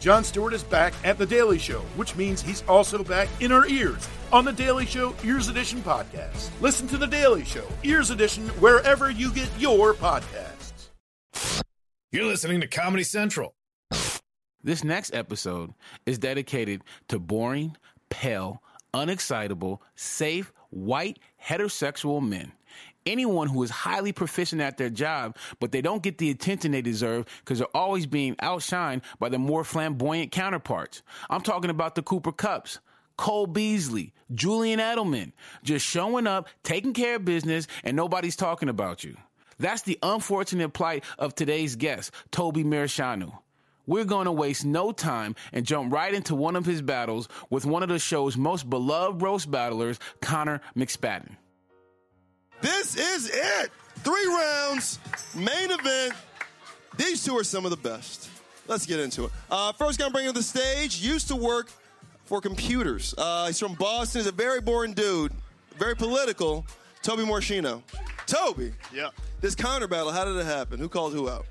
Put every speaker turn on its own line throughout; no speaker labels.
John Stewart is back at The Daily Show, which means he's also back in our ears on The Daily Show Ears Edition podcast. Listen to The Daily Show Ears Edition wherever you get your podcasts.
You're listening to Comedy Central.
This next episode is dedicated to boring, pale, unexcitable, safe, white, heterosexual men. Anyone who is highly proficient at their job, but they don't get the attention they deserve because they're always being outshined by their more flamboyant counterparts. I'm talking about the Cooper Cups. Cole Beasley, Julian Edelman, just showing up, taking care of business, and nobody's talking about you. That's the unfortunate plight of today's guest, Toby Mirashanu. We're going to waste no time and jump right into one of his battles with one of the show's most beloved roast battlers, Connor McSpadden.
This is it. Three rounds, main event. These two are some of the best. Let's get into it. Uh, first, gonna bring him to the stage. Used to work for computers. Uh, he's from Boston. He's a very boring dude, very political. Toby Morshino. Toby.
Yeah.
This Connor battle. How did it happen? Who called who out?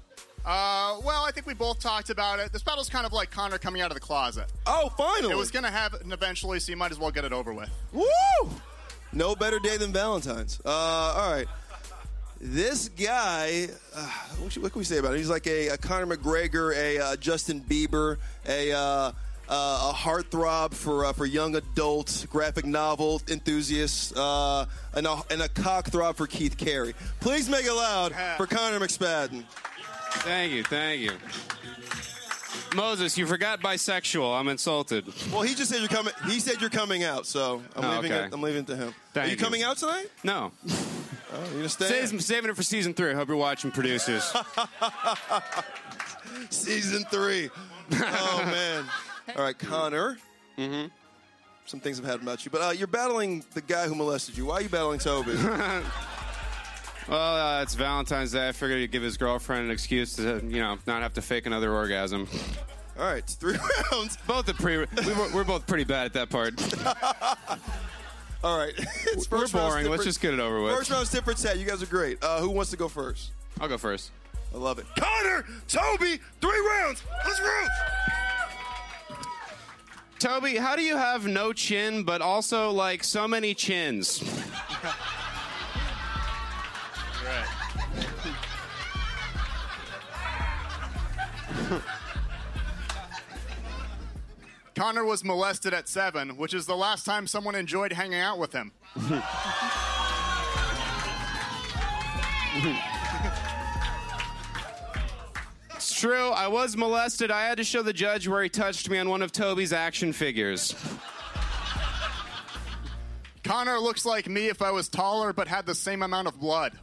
Uh, well, I think we both talked about it. This battle's kind of like Connor coming out of the closet.
Oh, finally.
It was going to happen eventually, so you might as well get it over with.
Woo! No better day than Valentine's. Uh, all right. This guy, uh, what, should- what can we say about him? He's like a, a Conor McGregor, a uh, Justin Bieber, a uh, uh, a heartthrob for uh, for young adult graphic novel enthusiasts, uh, and a, and a cockthrob for Keith Carey. Please make it loud for Conor McSpadden.
Thank you, thank you. Moses, you forgot bisexual. I'm insulted.
Well, he just said you're coming. He said you're coming out, so I'm
Oh,
leaving.
okay.
It, I'm leaving it to him.
Thank
Are
you.
you coming out tonight?
No.
Oh, you're gonna stay.
Saving, saving it for season three. I hope you're watching, producers.
Season three. Oh man. All right, Connor. Mm-hmm. Some things I've had about you, but uh, you're battling the guy who molested you. Why are you battling Toby?
well, uh, it's Valentine's Day. I figured he'd give his girlfriend an excuse to, you know, not have to fake another orgasm.
All right, it's three rounds.
Both the pre. We were, we're both pretty bad at that part.
All right, it's
We're
first round's
boring.
tip
Let's
for-
just get it over with.
First round's tip for tat. You guys are great. Uh, who wants to go first?
I'll go first.
I love it. Connor, Toby, three rounds. Let's root.
Toby, how do you have no chin, but also like so many chins?
Connor was molested at seven, which is the last time someone enjoyed hanging out with him.
It's true. I was molested. I had to show the judge where he touched me on one of Toby's action figures.
Connor looks like me if I was taller but had the same amount of blood.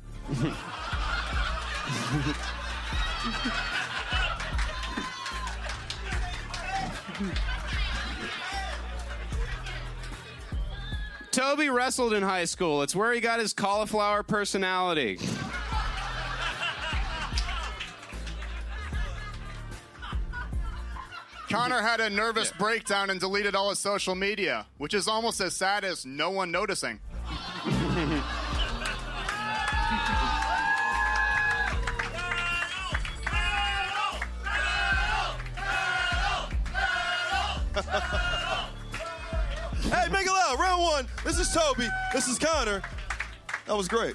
Toby wrestled in high school. It's where he got his cauliflower personality.
Connor had a nervous breakdown and deleted all his social media, which is almost as sad as no one noticing.
Hey, make it loud. Round one. This is Toby. This is Connor. That was great.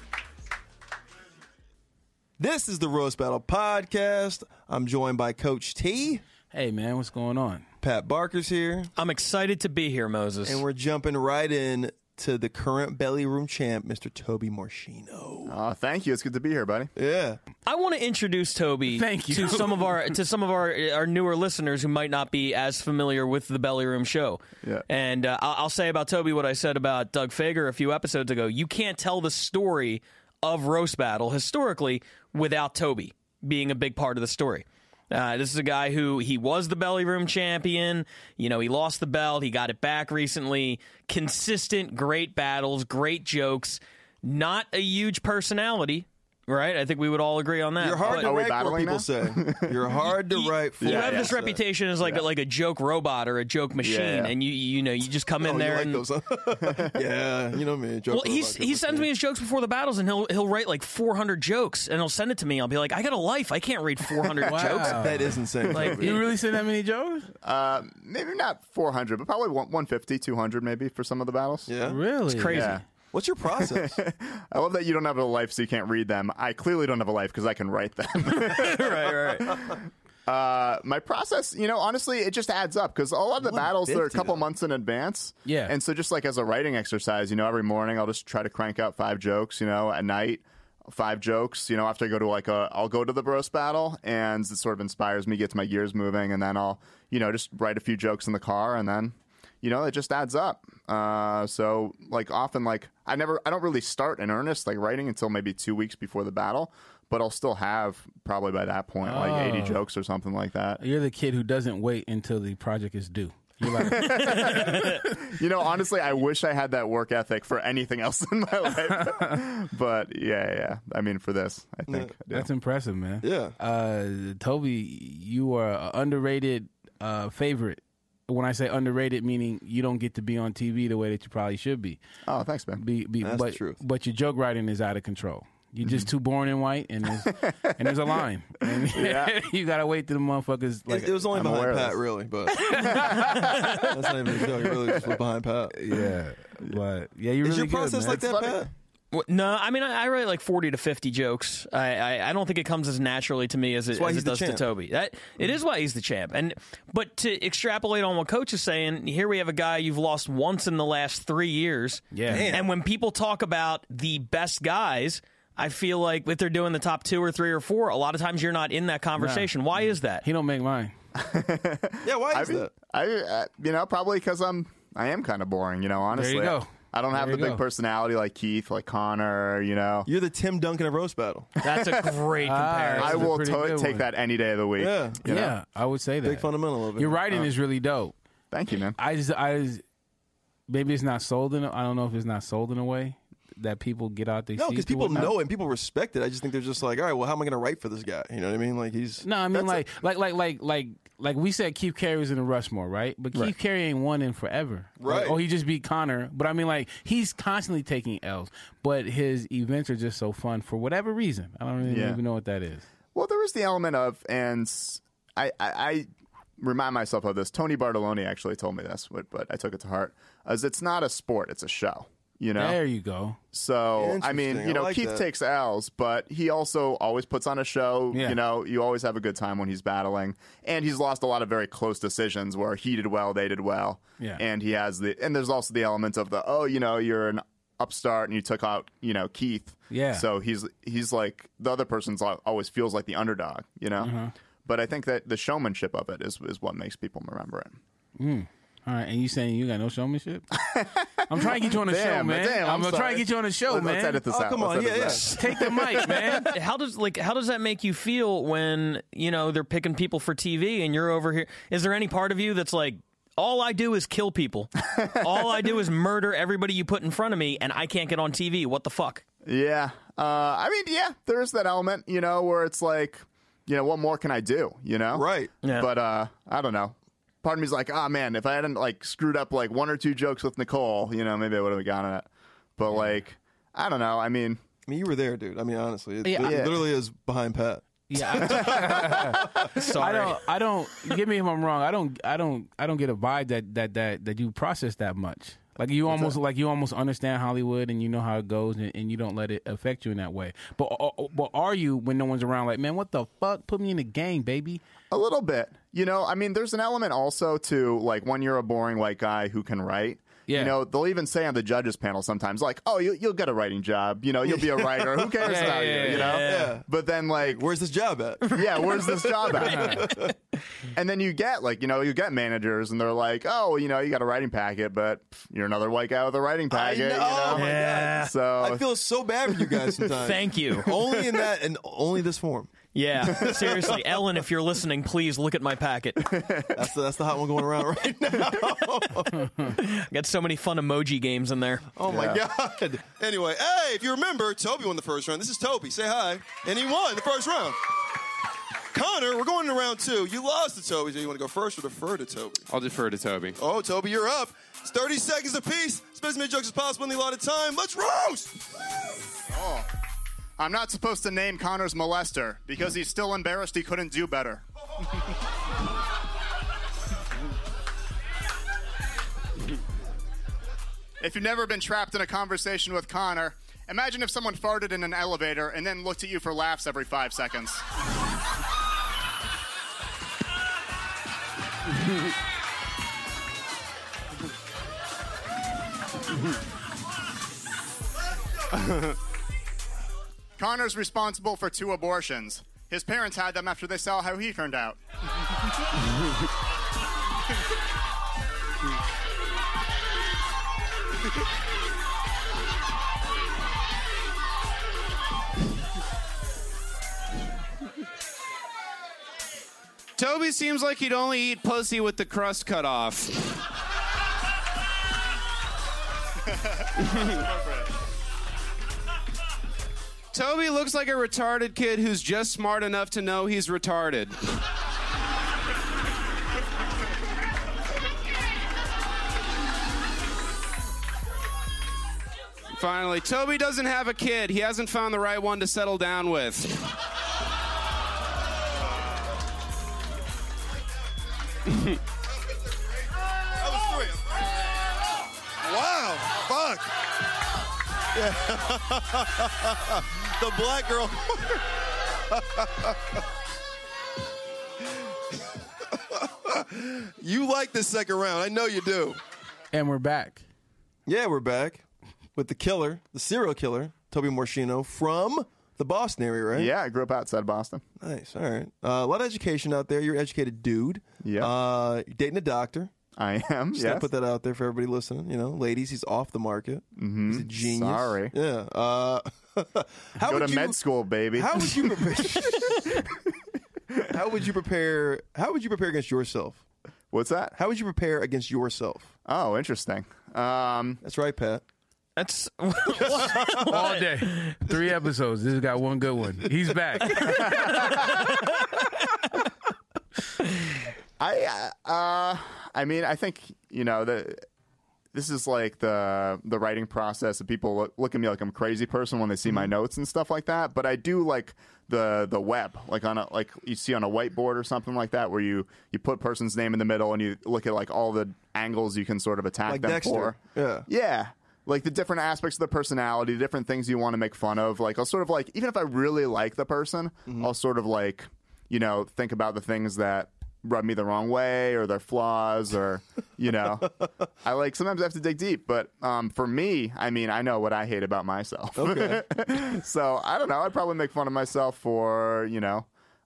This is the Roast Battle Podcast. I'm joined by Coach T.
Hey, man, what's going on?
Pat Barker's here,
I'm excited to be here, Moses.
and we're jumping right in to the current belly room champ, Mr. Toby Morshino.
Oh, thank you. It's good to be here, buddy.
Yeah.
I want to introduce Toby
Thank you.
to some of our to some of our our newer listeners who might not be as familiar with the Belly Room show.
Yeah.
And uh, I'll, I'll say about Toby what I said about Doug Fager a few episodes ago. You can't tell the story of roast battle historically without Toby being a big part of the story. Uh, this is a guy who he was the belly room champion. You know, he lost the belt. He got it back recently. Consistent, great battles, great jokes. Not a huge personality, right? I think we would all agree on that.
You're hard
But
to
we
write for,
battling
people
now?
say. You're hard to write for.
Oh, you
people
have this
say.
reputation as like a, like a joke robot or a joke machine,
yeah.
and you you know you just come
Oh,
in
you
there
like
and
those, huh? yeah, you know me. joke
Well,
about
he's,
joke
he sends
about
me his jokes before the battles, and he'll he'll write like 400 jokes, and he'll send it to me. I'll be like, I got a life. I can't read 400 jokes.
That is insane.
Like,
Toby.
You really seen that many jokes?
Uh, Maybe not 400, but probably one- 150, 200 maybe for some of the battles.
yeah.
Really? It's
Crazy.
Yeah.
What's your process?
I love that you don't have a life so you can't read them. I clearly don't have a life because I can write them.
right, right.
uh, my process, you know, honestly, it just adds up because a lot of the battles they're a
150
couple
though.
months in advance.
Yeah.
And so just like as a writing exercise, you know, every morning I'll just try to crank out five jokes, you know, at night. Five jokes, you know. After I go to like a, I'll go to the roast battle, and it sort of inspires me, gets my gears moving, and then I'll, you know, just write a few jokes in the car, and then, you know, it just adds up. Uh, so like often, like I never, I don't really start in earnest like writing until maybe two weeks before the battle, but I'll still have probably by that point like
Oh.
eighty jokes or something like that.
You're the kid who doesn't wait until the project is due. You're like,
You know, honestly, I wish I had that work ethic for anything else in my life. but yeah, yeah. I mean, for this, I think. I do.
that's impressive, man.
Yeah.
Uh, Toby, you are an underrated uh, favorite. When I say underrated, meaning you don't get to be on TV the way that you probably should be.
Oh, thanks, man.
Be, be,
That's the
but,
truth.
But your joke writing is out of control. You're just
Mm-hmm.
too born and white, and there's, and there's a line. And you gotta wait till the motherfuckers like
it was only
I'm
behind
aware of
Pat,
this.
really, but that's not even a joke. It really just was behind Pat.
yeah. But yeah, you
Is
really
your process
good, man.
like that, Pat?
Well, No, I mean, I, I write like 40 to 50 jokes. I, I, I don't think it comes as naturally to me as it,
why
as
he's
it
the
does to
champ.
Toby. That It is why he's the champ. And But to extrapolate on what Coach is saying, here we have a guy you've lost once in the last three years.
Yeah. Damn.
And when people talk about the best guys, I feel like if they're doing the top two or three or four, a lot of times you're not in that conversation. Why is that?
He don't make mine.
Yeah, why
I,
is
mean,
that?
I, uh, you know, probably because I'm, I am kind of boring. You know, honestly,
go.
I don't have
There
the
you
big
go.
personality like Keith, like Connor. You know,
You're the Tim Duncan of roast battle.
That's a great comparison.
I
is a
will
pretty
to-
good
take
one.
that any day of the week.
Yeah.
you know? Oh.
Yeah, I would say that.
Big fundamental of it.
Your writing is really dope.
Thank you, man.
I just, I just, maybe it's not sold in. A, I don't know if it's not sold in a way that people get out there.
No, because people know and people respect it. I just think they're just like, all right, well, how am I going to write for this guy? You know what I mean? Like he's
No, I mean
that's
like, like, like, like, like, like we said, Keith Carey was in the Rushmore, right? But Keith Carey ain't won in forever, Like,
Right.
oh, he just beat Connor, but I mean, like, he's constantly taking L's, but his events are just so fun for whatever reason. I don't really
Yeah.
even know what that is.
Well, there is the element of, and I, I, I remind myself of this. Tony Bartoloni actually told me this, but, but I took it to heart. As it's not a sport; it's a show. You know,
There you go.
So I mean,
Interesting.
you
I
know,
like
Keith
that.
takes L's, but he also always puts on a show.
Yeah.
You know, you always have a good time when he's battling, and he's lost a lot of very close decisions where he did well, they did well,
Yeah.
and he has the and there's also the element of the oh, you know, you're an upstart and you took out you know Keith,
Yeah.
So he's he's like the other person's al- always feels like the underdog, you know.
Mm-hmm. Uh-huh.
But I think that the showmanship of it is is what makes people remember it.
Mm. All right, and you saying you got no showmanship? I'm trying to get you on the show,
Damn,
man.
damn, I'm
gonna try
sorry.
to get you on the show,
Let's,
man.
let's edit this
Oh,
out.
come
Let's
on.
edit
Yeah,
this
yeah.
out.
Take the mic, man.
how does like how does that make you feel when you know they're picking people for TV and you're over here? Is there any part of you that's like, all I do is kill people, all I do is murder everybody you put in front of me, and I can't get on TV? What the fuck?
Yeah. Uh, I mean, yeah, there is that element, you know, where it's like, you know, what more can I do, you know?
Right.
Yeah.
But uh, I don't know. Part of me's like, ah, man, if I hadn't like screwed up like one or two jokes with Nicole, you know, maybe I would have gotten it. But like, I don't know. I mean,
I mean, you were there, dude. I mean, honestly, it,
Yeah.
it literally is behind Pat.
Yeah. I, I don't. I don't. Give me if I'm wrong. I don't. I don't. I don't get a vibe that that that that you process that much. Like you almost like you almost understand Hollywood and you know how it goes and, and you don't let it affect you in that way. But uh, but are you when no one's around? Like man, what the fuck? Put me in the game, baby.
a little bit. You know, I mean, there's an element also to like when you're a boring white guy who can write.
Yeah.
You know, they'll even say on the judges panel sometimes, like, "Oh, you, you'll get a writing job. You know, you'll be a writer. Who cares
Yeah,
about
yeah,
you?
yeah,
You know."
yeah.
But then, like,
Where's this job at?
yeah, where's this job at? and then you get like, you know, you get managers and they're like, oh, you know, you got a writing packet, but pff, you're another white guy with a writing
I
packet.
know. Oh
You know?
my
Yeah.
God.
So
I feel so bad for uh, you guys sometimes.
Thank you.
only in that and only this form.
Yeah, seriously, Ellen, if you're listening, please look at my packet. I
That's the, that's the hot one going around right now.
got so many fun emoji games in there.
Oh my god!
Anyway, hey, if you remember, Toby won the first round. This is Toby. Say hi. And he won the first round. Connor, we're going to round two. You lost to Toby. Do you want to go first or defer to Toby?
I'll defer to Toby.
Oh, Toby, you're up. It's 30 seconds apiece. Spend as many jokes as possible in the allotted time. Let's roast!
Oh. I'm not supposed to name Connor's molester because he's still embarrassed he couldn't do better. if you've never been trapped in a conversation with Connor, imagine if someone farted in an elevator and then looked at you for laughs every five seconds. Connor's responsible for two abortions. His parents had them after they saw how he turned out.
Toby seems like he'd only eat pussy with the crust cut off. Toby looks like a retarded kid who's just smart enough to know he's retarded. Finally, Toby doesn't have a kid. He hasn't found the right one to settle down with.
That was three. Wow. Fuck. Yeah. the black girl. you like this second round. I know you do.
And we're back.
Yeah, we're back with the killer, the serial killer, Toby Morshino from the Boston area, right?
Yeah, I grew up outside Boston.
Nice. All right. Uh, a lot of education out there. You're an educated dude.
Yeah.
Uh, you're dating a doctor.
I am.
Just gotta
yes.
put that out there for everybody listening. You know, ladies, he's off the market. Mm-hmm. He's a genius.
Mm, Sorry.
Yeah. Uh, how
Go
would
to
you,
med school, baby.
How would you prepare? how would you prepare? How would you prepare against yourself?
What's that?
How would you prepare against yourself?
Oh, interesting. Um,
That's right, Pat.
That's
All day. Three episodes. This has got one good one. He's back.
I uh, uh, I mean, I think you know the this is like the the writing process. And people look, look at me like I'm a crazy person when they see
Mm-hmm.
my notes and stuff like that. But I do like the the web, like on a like you see on a whiteboard or something like that, where you you put person's name in the middle and you look at like all the angles you can sort of attack
Like
them
Dexter.
for.
Yeah.
Yeah. Like the different aspects of the personality, the different things you want to make fun of. Like I'll sort of like even if I really like the person, I'll sort of like, you know, think about the things that rub me the wrong way or their flaws or you know. I like sometimes I have to dig deep, but um for me, I mean I know what I hate about myself. so I don't know, I'd probably make fun of myself for, you know,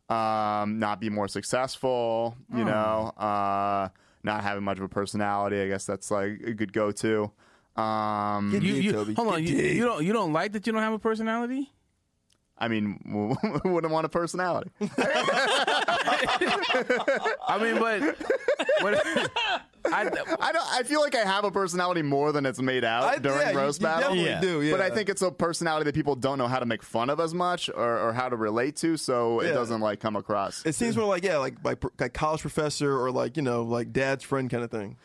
um, not be more successful, you
Hmm.
know, uh, not having much of a personality. I guess that's like a good go to. Um,
you,
deep,
you-
Toby.
hold on. You, you don't you don't like that you don't have a personality?
I mean, who wouldn't want a personality?
I mean, but, but I,
I don't. I feel like I have a personality more than it's made out
I-
during
yeah, you-
roast
you
battle.
definitely
Yeah.
do,
But I
yeah.
think it's a personality that people don't know how to make fun of as much or, or how to relate to, so it
Yeah.
doesn't like come across.
It seems more like yeah, like like, like college professor or like you know like dad's friend kind of thing.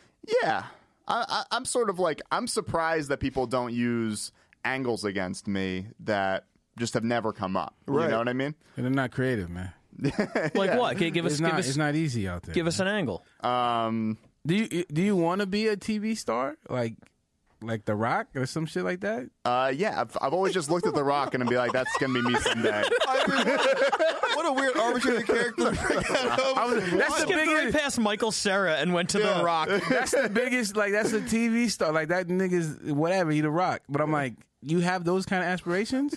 Yeah. I, I, I'm sort of like, I'm surprised that people don't use angles against me that just have never come up. You
Right.
know what I mean?
they're not creative, man.
like what? Can you give us
It's not
give us
it's not easy out there.
give us an angle?
Um,
do you do you want to be a TV star like like The Rock or some shit like that?
uh, yeah, I've, I've always just looked at The Rock and be like, that's going to be me someday.
I mean, what, a, what a weird arbitrary character.
That's the
Skipped right
biggest.
past Michael Sarah and went to The Rock.
That's the biggest. Like that's a TV star. Like that nigga's whatever. He The Rock. But I'm like, you have those kind of aspirations.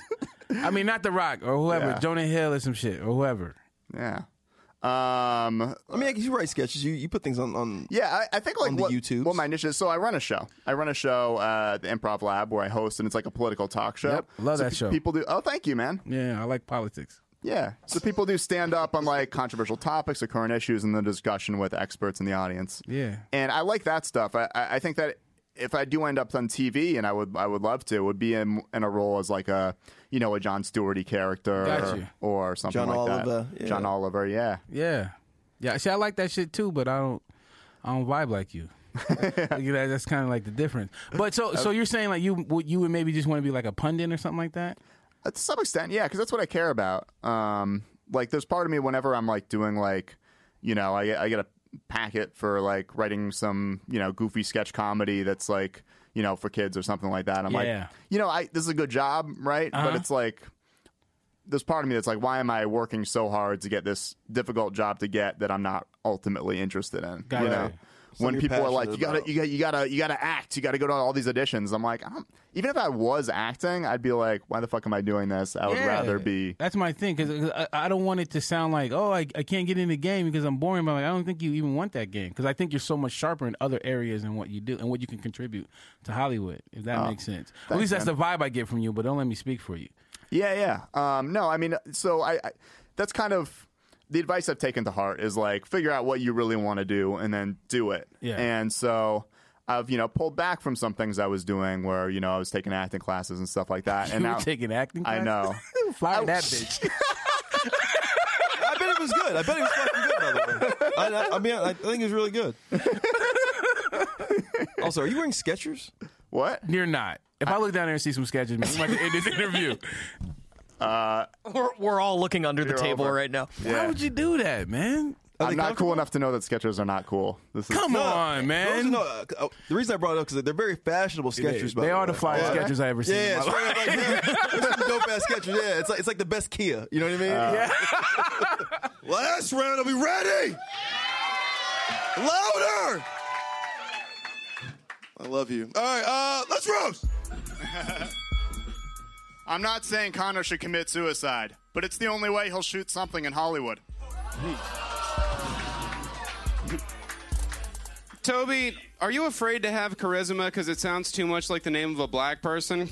I mean, not The Rock or whoever,
Yeah.
Jonah Hill or some shit or whoever.
Yeah. Um,
I mean, you write sketches. You you put things on on.
yeah, I, I think like
On the
what,
YouTubes?
what my niche is. So I run a show. I run a show uh, at the Improv Lab where I host, and it's like a political talk show.
Yep, love
So
that show.
People do. Oh, thank you, man.
Yeah, I like politics.
Yeah. So people do stand up on like controversial topics or current issues and the discussion with experts in the audience.
Yeah.
And I like that stuff. I, I I think that if I do end up on TV, and I would I would love to, would be in, in a role as like a you know a John Stewarty character
Gotcha.
or, or something
John
like
Oliver,
that.
yeah.
John Oliver. Yeah.
Yeah, yeah. See, I like that shit too, but I don't. I don't vibe like you. you know, that's kind of like the difference. But so, so you're saying like you would you would maybe just want to be like a pundit or something like that?
Uh, to some extent, yeah, because that's what I care about. Um, like, there's part of me whenever I'm like doing like, you know, I, I get a packet for like writing some you know goofy sketch comedy that's like you know for kids or something like that. I'm
Yeah.
like, you know, I this is a good job, right? But it's like. There's part of me that's like, why am I working so hard to get this difficult job to get that I'm not ultimately interested in?
Gotcha.
You know,
Right.
when
you're
people are like, you
passionate
gotta,
about.
you gotta, you gotta, you gotta act, you gotta go to all these auditions. I'm like, I don't, even if I was acting, I'd be like, why the fuck am I doing this? I would
Yeah.
rather be.
That's my thing because I, I don't want it to sound like oh I, I can't get in the game because I'm boring. But like, I don't think you even want that game because I think you're so much sharper in other areas and what you do and what you can contribute to Hollywood. If that
Oh,
makes sense, at least that's the vibe I get from you. But don't let me speak for you.
Yeah, yeah. Um, no, I mean, so I, I, that's kind of the advice I've taken to heart is like figure out what you really want to do and then do it.
Yeah.
And so I've you know pulled back from some things I was doing where you know I was taking acting classes and stuff like that. and
you
now
were taking acting.
I
classes?
know.
Fire that bitch.
I bet it was good. I bet it was fucking good. By the way, I, I, I mean, I, I think it was really good. also, are you wearing Skechers?
What?
You're not. If I look down there and see some sketches, man, we might have to end this interview.
Uh,
We're, we're all looking under the
You're
table
over.
right now.
Why would you do that, man?
I'm not cool enough to know that Skechers are not cool. This is
Come on,
Those are
man.
no- uh, uh, the reason I brought it up because they're very fashionable Skechers. by
they
the
are
way.
the flyest
Yeah.
sketches I ever seen.
Yeah,
in
yeah
my life.
straight up like that. There's some dope ass Skechers. Yeah, it's like it's like the best Kia. You know what I mean?
Last round, are we ready? Louder! I love you. All right, uh, let's roast.
I'm not saying Connor should commit suicide, but it's the only way he'll shoot something in Hollywood.
Toby, are you afraid to have charisma because it sounds too much like the name of a black person?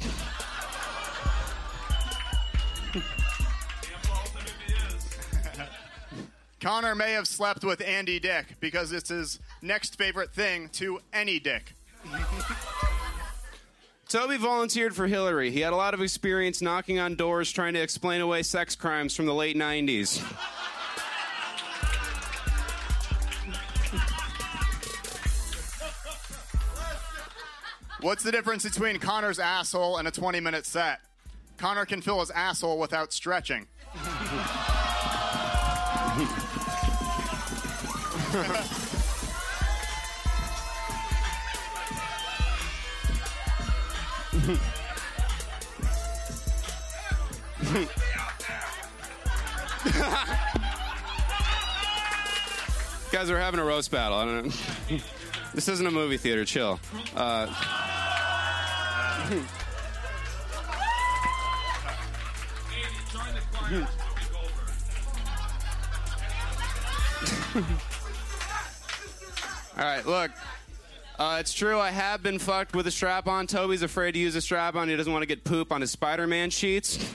Connor may have slept with Andy Dick because it's his next favorite thing to any dick.
Toby volunteered for Hillary. He had a lot of experience knocking on doors trying to explain away sex crimes from the late 90s.
What's the difference between Connor's asshole and a 20 minute set? Connor can fill his asshole without stretching.
You guys are having a roast battle. I don't know. This isn't a movie theater. Chill. Uh, Hmm. All right, look. Uh, it's true. I have been fucked with a strap on. Toby's afraid to use a strap on. He doesn't want to get poop on his Spider Man sheets.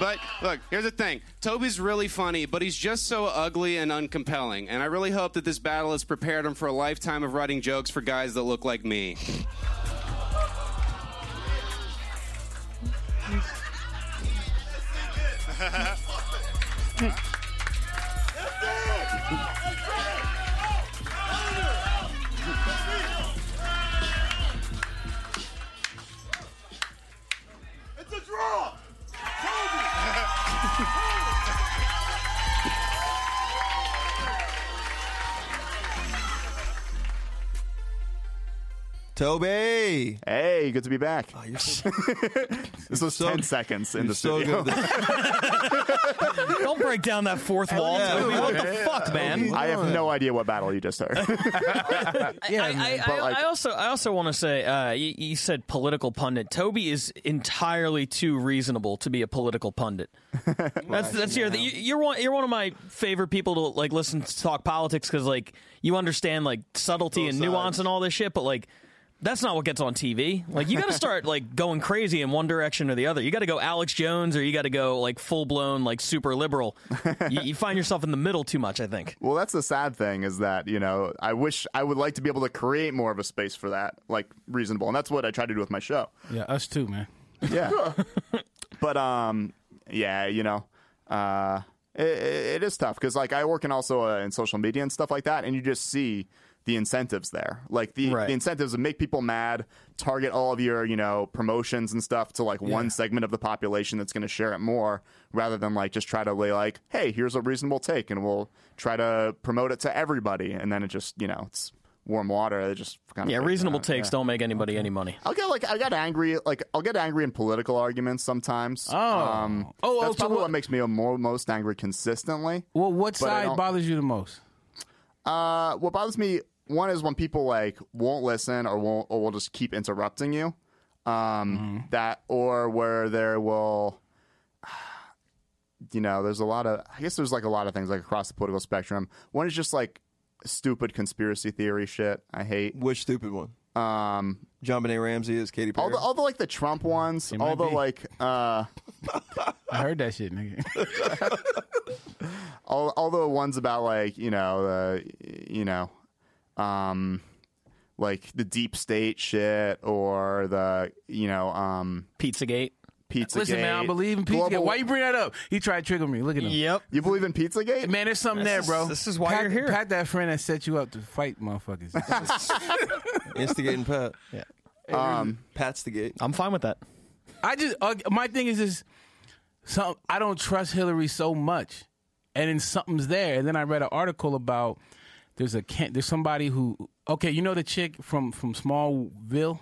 But look, here's the thing. Toby's really funny, but he's just so ugly and uncompelling. And I really hope that this battle has prepared him for a lifetime of writing jokes for guys that look like me.
It's a draw!
Toby,
Hey, good to be back.
oh, you're so,
This was
so-
10 seconds in
you're
the
so
studio.
good.
Don't break down that fourth wall,
yeah.
Toby. What the fuck, man?
I have no idea what battle you just heard.
Yeah, I, I,
but,
I-
like-
I also I also want to say uh, you, you said political pundit. Toby is entirely too reasonable to be a political pundit. that's that's your you, you're one you're one of my favorite people to like listen to talk politics because like you understand like subtlety and nuance and all this shit, but like. that's not what gets on TV. Like you got to start like going crazy in one direction or the other. You got to go Alex Jones or you got to go like full blown like super liberal. you, you find yourself in the middle too much, I think.
Well, that's the sad thing is that, you know, I wish I would like to be able to create more of a space for that, like reasonable. And that's what I try to do with my show.
Yeah, us too, man.
Yeah. but um yeah, you know, uh it, it is tough cuz like I work in also uh, in social media and stuff like that and you just see the incentives there. Like the,
Right.
the incentives to make people mad, target all of your, you know, promotions and stuff to like one segment of the population that's going to share it more rather than like just try to lay like, hey, here's a reasonable take and we'll try to promote it to everybody and then it just, you know, it's warm water. It just kind of
Yeah, reasonable takes don't make anybody any money.
I'll get like I got angry like I'll get angry in political arguments sometimes.
Oh.
um,
Oh, oh,
that's
so
probably
what-
what, makes me more most angry consistently.
Well, what
But I
side
don't-
bothers you the most?
Uh, what bothers me one is when people like won't listen or won't or will just keep interrupting you.
Mm-hmm.
Um, that or where there will, you know, there's a lot of I guess there's like a lot of things like across the political spectrum. One is just like stupid conspiracy theory shit. I hate.
Which stupid one?
Um,
John Benet Ramsey is Katy Perry.
all the all the like the Trump ones,
It might
all the
be.
like uh.
I heard that shit, nigga.
all all the ones about like you know uh, you know um like the deep state shit or the you know um
Pizzagate.
pizza
Listen, man, I believe in Pizzagate. Why you bring that up? He tried to trigger me. Look at him.
Yep.
you believe in pizzagate
Man, there's something
This is-
there, bro.
this is why
pat,
you're here.
Pat that friend that set you up to fight motherfuckers.
Instigating Pat.
um
Pat's the gate.
I'm fine with that.
I just uh, my thing is is some I don't trust Hillary so much, and then something's there. And then I read an article about there's a can there's somebody who okay, you know the chick from from Smallville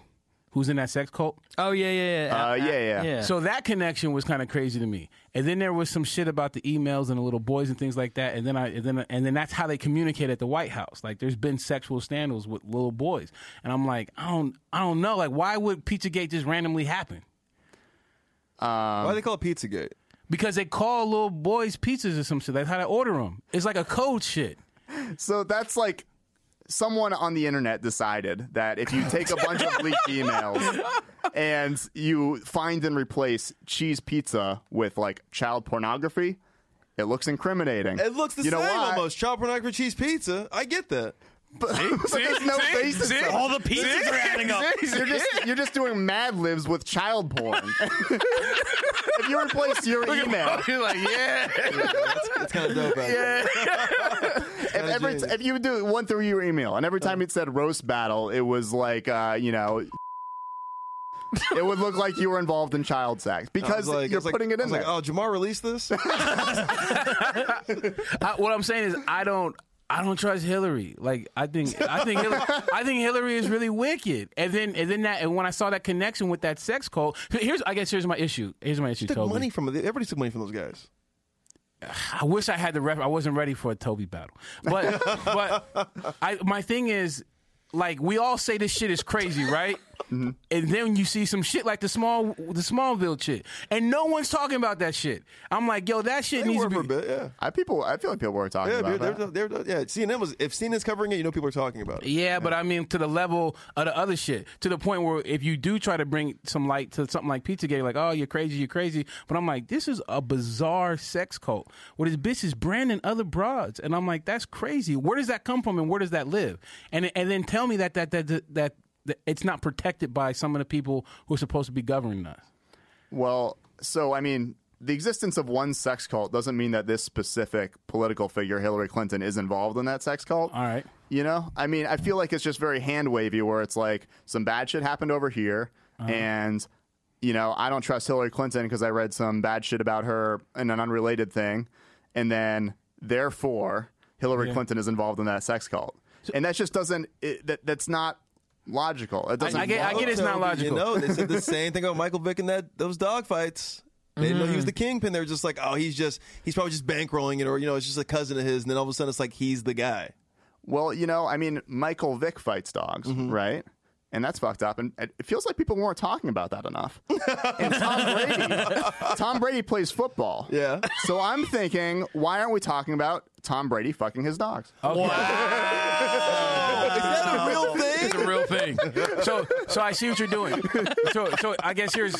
who's in that sex cult.
Oh yeah, yeah, yeah.
uh, yeah yeah,
yeah.
So that connection was kind of crazy to me. And then there was some shit about the emails and the little boys and things like that. And then I and then and then that's how they communicate at the White House. Like there's been sexual scandals with little boys. And I'm like, I don't I don't know. Like why would Pizzagate just randomly happen?
Um,
Why do they call it Pizzagate?
because they call little boys pizzas or some shit. That's how they order them. It's like a code shit.
so that's like someone on the internet decided that if you take a bunch of leaked emails and you find and replace cheese pizza with like child pornography it looks incriminating
It looks the
you know
same
why?
almost. Child pornography cheese pizza. I get that.
but, but there's no basis of it.
All the pizzas are adding up.
You're just you're just doing Mad Libs with child porn. if you replace your email,
You're like, yeah.
It's kind of dope. actually.
if, every,
genius.
if you do one through your email, and every
Uh.
time it said roast battle, it was like uh, you know. it would look like you were involved in child sex
I was
because
like, I
you're
was like-
putting it
I
in
was like,
there.
oh, Jamar released this.
I, what I'm saying is, I don't. I don't trust Hillary. Like I think I think Hillary, I think Hillary is really wicked. And then and then that and when I saw that connection with that sex cult, here's I guess here's my issue. Here's my issue.
took
Toby.
money from it. Everybody took money from those guys.
I wish I had the ref. I wasn't ready for a Toby battle. But but I my thing is like we all say this shit is crazy, right?
Mm-hmm.
And then you see some shit like the small the Smallville shit, and no one's talking about that shit. I'm like, yo, that shit
They
needs
were
to be.
for a bit, yeah.
I people, I feel like people were talking
Yeah,
about
dude, they're,
that.
they're, yeah, CNN was. If CNN's covering it, you know people are talking about it.
Yeah, but I mean to the level of the other shit, to the point where if you do try to bring some light to something like Pizzagate, like, oh, you're crazy, you're crazy. But I'm like, this is a bizarre sex cult where this bitch is branding other broads, and I'm like, that's crazy. Where does that come from, and where does that live? And and then tell me that that that that, that, it's not protected by some of the people who are supposed to be governing us.
Well, so I mean, the existence of one sex cult doesn't mean that this specific political figure, Hillary Clinton, is involved in that sex cult.
All right.
You know, I mean, I feel like it's just very hand wavy where it's like some bad shit happened over here,
Uh-huh.
and you know, I don't trust Hillary Clinton because I read some bad shit about her in an unrelated thing, and then therefore Hillary Clinton is involved in that sex cult, and that just doesn't it, that that's not logical. It doesn't.
I get- I
follow.
get it's not
You
logical.
know, they said the same thing about Michael Vick and that those dog fights. They didn't know he was
Mm-hmm.
the kingpin. They were just like, oh, he's just he's probably just bankrolling it, or you know, it's just a cousin of his. And then all of a sudden, it's like he's the guy.
Well, you know, I mean, Michael Vick fights dogs, right? And that's fucked up. And it feels like people weren't talking about that enough. and Tom Brady, Tom Brady plays football.
Yeah.
So I'm thinking, why aren't we talking about Tom Brady fucking his dogs?
Is that a real thing?
It's a real thing. So, so I see what you're doing. So, so I guess here's,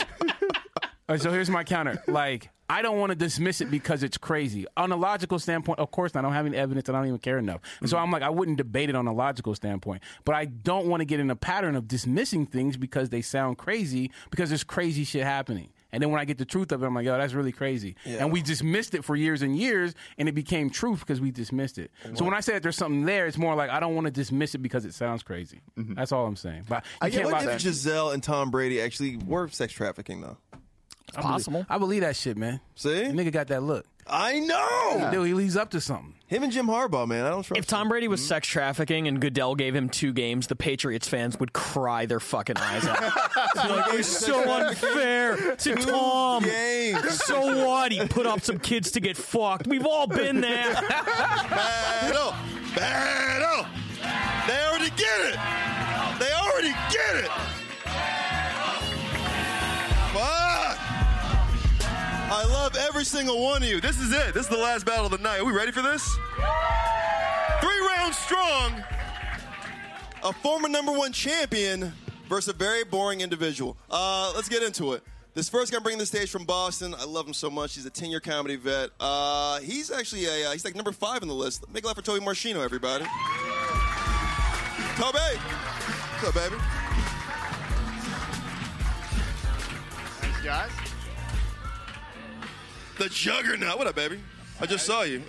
uh, so here's my counter. Like, I don't want to dismiss it because it's crazy. On a logical standpoint, of course, not. I don't have any evidence, and I don't even care enough. And
Mm-hmm.
so I'm like, I wouldn't debate it on a logical standpoint, but I don't want to get in a pattern of dismissing things because they sound crazy because there's crazy shit happening. And then when I get the truth of it, I'm like, yo, that's really crazy. And we dismissed it for years and years, and it became truth because we dismissed it. So when I say that there's something there, it's more like I don't want to dismiss it because it sounds crazy. That's all I'm saying. But you
Mm-hmm. I
can't
can't
lie.
what if Giselle and Tom Brady actually were sex trafficking though?
I believe-
possible.
I believe that shit, man.
See?
nigga got that look.
I know
Dude, he leads up to something.
him and Jim Harbaugh, man. I don't trust.
If Tom Brady
Mm-hmm.
was sex trafficking and Goodell gave him two games, the Patriots fans would cry their fucking eyes out. They'd be like, it's so unfair to Tom.
Games.
So what? He put up some kids to get fucked. We've all been there.
Battle! Battle! They already get it! They already get it! Fuck! I love every single one of you. This is it. This is the last battle of the night. Are we ready for this? Three rounds strong. A former number one champion versus a very boring individual. Uh, let's get into it. This first guy I'm bringing to the stage from Boston. I love him so much. He's a 10 year comedy vet. Uh, he's actually a uh, he's like number five on the list. Make a laugh for Toby Marchino, everybody. Toby, what's up, baby?
Thanks, guys.
The Juggernaut. What up, baby? I just saw you.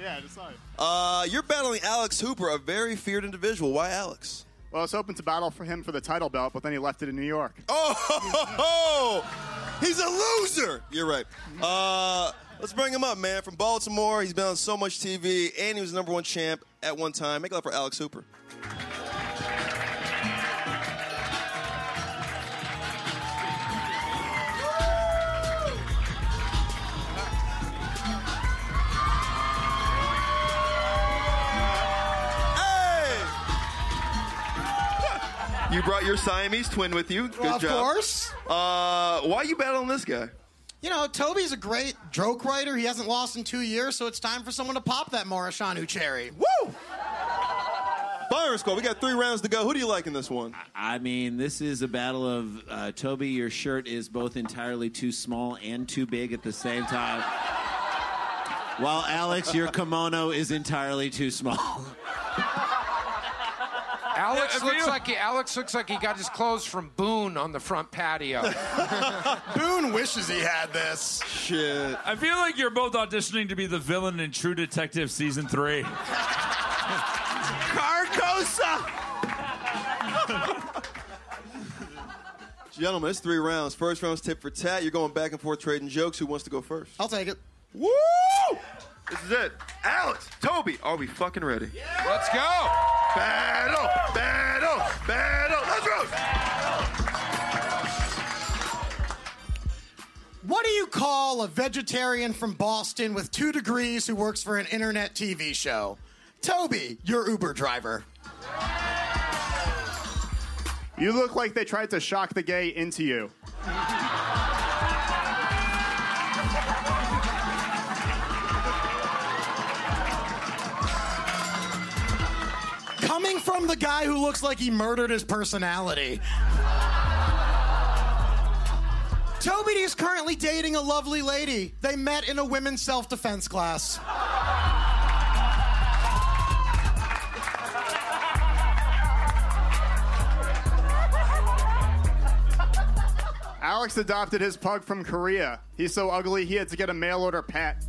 Yeah, I just saw it.
uh, you're battling Alex Hooper, a very feared individual. Why Alex?
Well, I was hoping to battle for him for the title belt, but then he left it in New York.
Oh, ho, ho, ho. he's a loser. You're right. Uh, let's bring him up, man. From Baltimore, he's been on so much TV, and he was the number one champ at one time. Make it up for Alex Hooper. Hey! You brought your Siamese twin with you. Good
Well, of
job.
course.
Uh, why are you battling this guy?
You know, Toby's a great joke writer. He hasn't lost in two years, so it's time for someone to pop that Morishanu cherry.
Woo! Byron Squad, we got three rounds to go. Who do you like in this one?
I mean, this is a battle of uh, Toby. Your shirt is both entirely too small and too big at the same time. While Alex, your kimono is entirely too small.
Alex looks like he, Alex looks like he got his clothes from Boone on the front patio.
Boone wishes he had this.
Shit.
I feel like you're both auditioning to be the villain in True Detective season three.
Carcosa! Gentlemen, it's three rounds. First round's tip for tat. You're going back and forth trading jokes. Who wants to go first?
I'll take it.
Woo! This is it. Alex, Toby, are we fucking ready?
Let's go.
Battle! Battle! Battle! Let's roast!
What do you call a vegetarian from Boston with two degrees who works for an internet TV show? Toby, your Uber driver.
You look like they tried to shock the gay into you.
Coming from the guy who looks like he murdered his personality. Toby is currently dating a lovely lady. They met in a women's self defense class.
Alex adopted his pug from Korea. He's so ugly he had to get a mail order pet.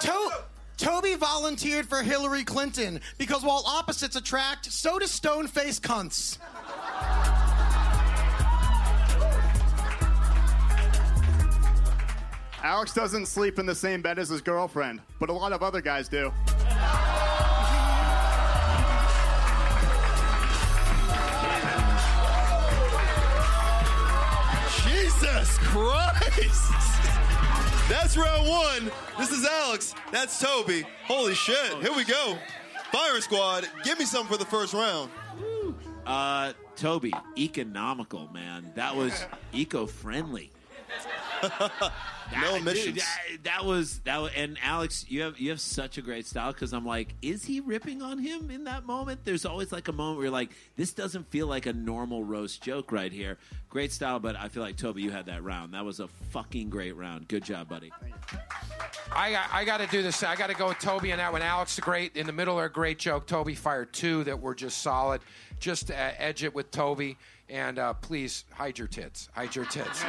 To- Toby volunteered for Hillary Clinton because while opposites attract, so do stone faced cunts.
Alex doesn't sleep in the same bed as his girlfriend, but a lot of other guys do.
Jesus Christ! That's round one. This is Alex. That's Toby. Holy shit. Here we go. Byron Squad, give me something for the first round.
Uh, Toby, economical, man. That was eco friendly. no
omissions.
that, that was that. Was, and Alex, you have you have such a great style because I'm like, is he ripping on him in that moment? There's always like a moment where you're like, this doesn't feel like a normal roast joke right here. Great style, but I feel like Toby, you had that round. That was a fucking great round. Good job, buddy.
I got, I got to do this. I got to go with Toby on that one. Alex the Great in the middle are a great joke. Toby fired two that were just solid. Just uh, edge it with Toby. And uh, please hide your tits. Hide your tits.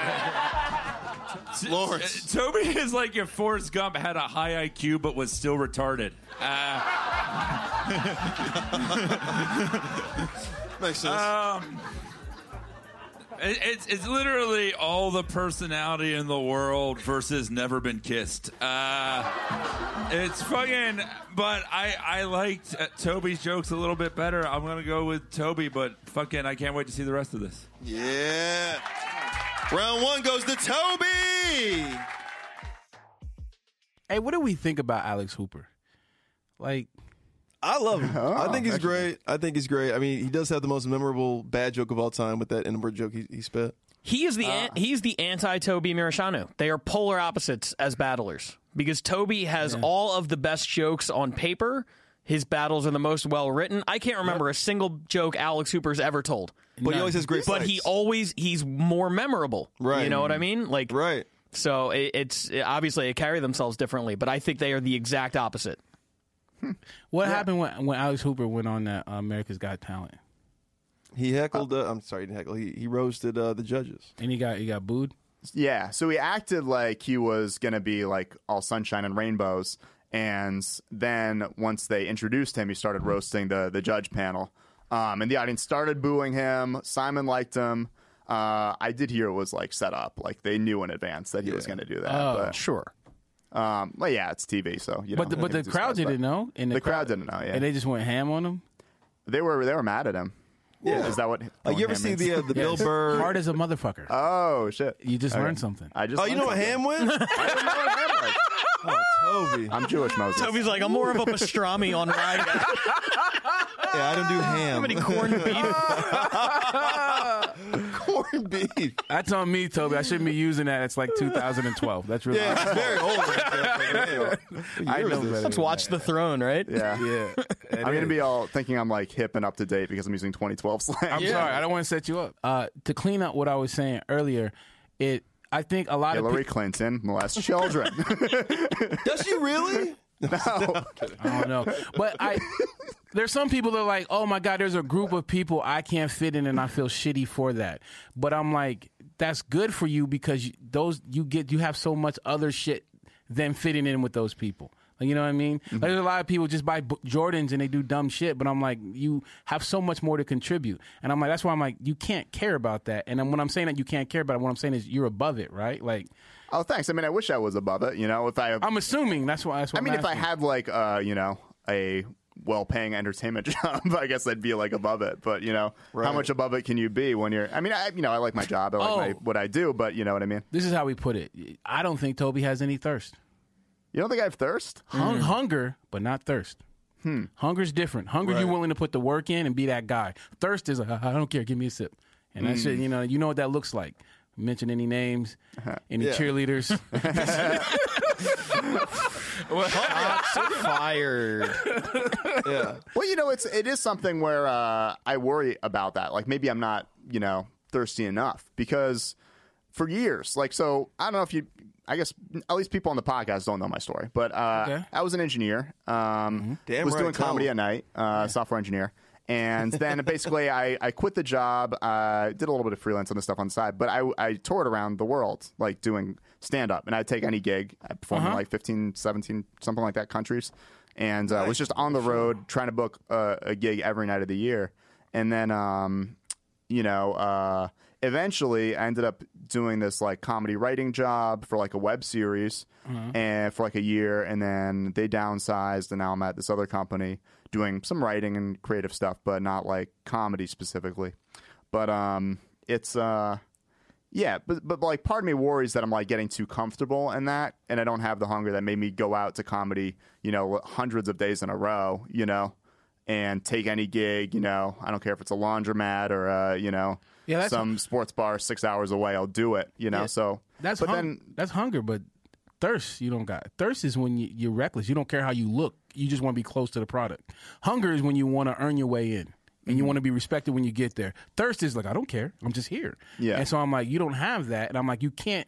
Lawrence. Toby is like if Forrest Gump had a high IQ but was still retarded. Uh,
Makes sense.
Um, it- it's, it's literally all the personality in the world versus never been kissed. Uh, it's fucking. But I I liked uh, Toby's jokes a little bit better. I'm gonna go with Toby, but fucking, I can't wait to see the rest of this.
Yeah. Round one goes to Toby.
Hey, what do we think about Alex Hooper? Like,
I love him. I think he's
actually.
great. I think he's great. I mean, he does have the most memorable bad joke of all time with that N-word joke he, he spit.
He
Uh.
is the an- he's the anti Toby Murashano. They are polar opposites as battlers because Toby has all of the best jokes on paper. His battles are the most well written. I can't remember a single joke Alex Hooper's ever told.
But he None. always has great
But he
fights.
always he's more memorable.
Right.
You know what I mean? Like
right.
So it, it's obviously they carry themselves differently, but I think they are the exact opposite.
what happened when, when Alex Hooper went on that uh, America's Got Talent?
He heckled. Uh, I'm sorry, he didn't heckle. He, he roasted uh, the judges.
And he got he got booed.
Yeah, so he acted like he was gonna be like all sunshine and rainbows, and then once they introduced him, he started roasting the the judge panel, um, and the audience started booing him. Simon liked him. Uh, I did hear it was like set up, like they knew in advance that he was gonna do that.
Oh,
but,
sure.
Um, but yeah, it's TV, so you
but
know,
the, but
they
the
can do
crowd
stuff,
didn't
but
know, and
The,
the,
crowd didn't know. Yeah,
and they just went ham on him.
they were they were mad at him. Yeah, is that what?
Like, you ever
ham
see
is?
the, uh, the Bill Burr-
hard as a motherfucker?
Oh shit!
You just
Okay.
learned something.
I just.
Oh, you know what ham was? oh, Toby.
I'm Jewish, Moses.
Toby's like I'm more of a pastrami on rye.
Yeah, I don't do ham.
How many corned beef?
corned beef?
That's on me, Toby. I shouldn't be using that. It's like 2012. That's really
Yeah, it's very old.
I know better
Let's watch the throne, right?
Yeah.
Yeah,
I'm going to be all thinking I'm like hip and up to date because I'm using 2012 slang.
I'm sorry. I don't want to set you up. Uh, to clean up what I was saying earlier, it. I think a lot
Hillary
of
Clinton molests children.
Does she really?
no.
people. I don't know, but I. There's some people that are like, oh my god, there's a group of people I can't fit in, and I feel shitty for that. But I'm like, that's good for you because you, those you get you have so much other shit than fitting in with those people. Like, you know what I mean? Like, there's a lot of people just buy b- Jordans and they do dumb shit, but I'm like, you have so much more to contribute, and I'm like, that's why I'm like, you can't care about that. And then when I'm saying that you can't care about it, what I'm saying is you're above it, right? Like,
Oh, thanks. I mean, I wish I was above it. You know, if I,
I'm assuming that's why. That's what
I mean,
I'm
if I
asking.
had like, uh, you know, a well-paying entertainment job, I guess I'd be like above it. But you know, how
Right.
much above it can you be when you're? I mean, I, you know, I like my job. I like
Oh.
my, what I do. But you know what I mean?
this is how we put it. I don't think Toby has any thirst.
You don't think I have thirst?
Hung, Hunger, but not thirst. Hmm. Hunger's different. Hunger, you're willing to put the work in and be that guy. Thirst is, I I don't care, give me a sip. And
Hmm.
that shit, you know, you know what that looks like. Mention any names,
Uh-huh.
any cheerleaders.
Fired.
Yeah.
Well, you know, it's it is something where uh, I worry about that. Like maybe I'm not, you know, thirsty enough because for years, like so, I don't know if you. I guess at least people on the podcast don't know my story, but uh,
Okay.
I was an engineer. Um,
Damn
was
right,
doing
tell
comedy
'em.
at night, uh, software engineer, and then basically I, I quit the job. Uh, did a little bit of freelance on the stuff on the side, but I I toured around the world like doing stand up, and I'd take any gig. I performed in like 15, 17, something like that countries, and uh, was just on the road trying to book a, a gig every night of the year, and then um, you know, uh, eventually I ended up doing this like comedy writing job for like a web series and for like a year. And then they downsized, and now I'm at this other company doing some writing and creative stuff, but not like comedy specifically. But um, it's uh, yeah, but but like part of me worries that I'm like getting too comfortable in that, and I don't have the hunger that made me go out to comedy, you know, hundreds of days in a row, you know, and take any gig, you know. I don't care if it's a laundromat or uh, you know,
Yeah, that's-
some sports bar six hours away. I'll do it, you know.
Yeah.
so
That's
but
hun-
then
that's hunger, but Thirst, you don't got. Thirst is when you, you're reckless. You don't care how you look. You just want to be close to the product. Hunger is when you want to earn your way in. And you want to be respected when you get there. Thirst is like, I don't care. I'm just here.
Yeah.
And so I'm like, you don't have that. And I'm like, you can't,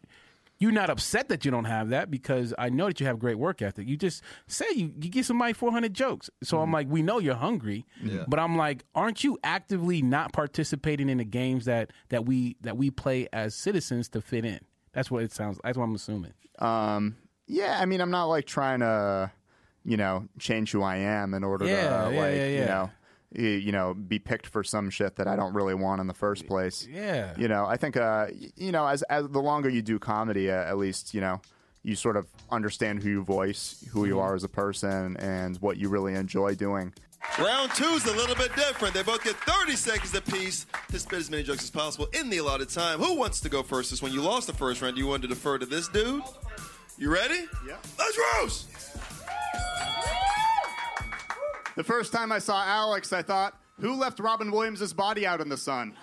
you're not upset that you don't have that because I know that you have great work ethic. You just say you, you give somebody 400 jokes. So I'm like, we know you're hungry,
Yeah.
but I'm like, aren't you actively not participating in the games that, that we, that we play as citizens to fit in? That's what it sounds. That's what I'm assuming.
Um, yeah, I mean, I'm not like trying to, you know, change who I am in order
Yeah,
to,
yeah,
like,
yeah,
you
yeah.
know, y- you know, be picked for some shit that I don't really want in the first place.
Yeah.
you know, I think, uh, y- you know, as as the longer you do comedy, uh, at least, you know, you sort of understand who you voice, who
Mm-hmm.
you
Mhm.
are as a person, and what you really enjoy doing.
Round two's a little bit different. They both get 30 seconds apiece to spit as many jokes as possible in the allotted time. Who wants to go first? This when you lost the first round, you wanted to defer to this dude. You ready? Yeah. Let's roast.
The first time I saw Alex, I thought, who left Robin Williams' body out in the sun?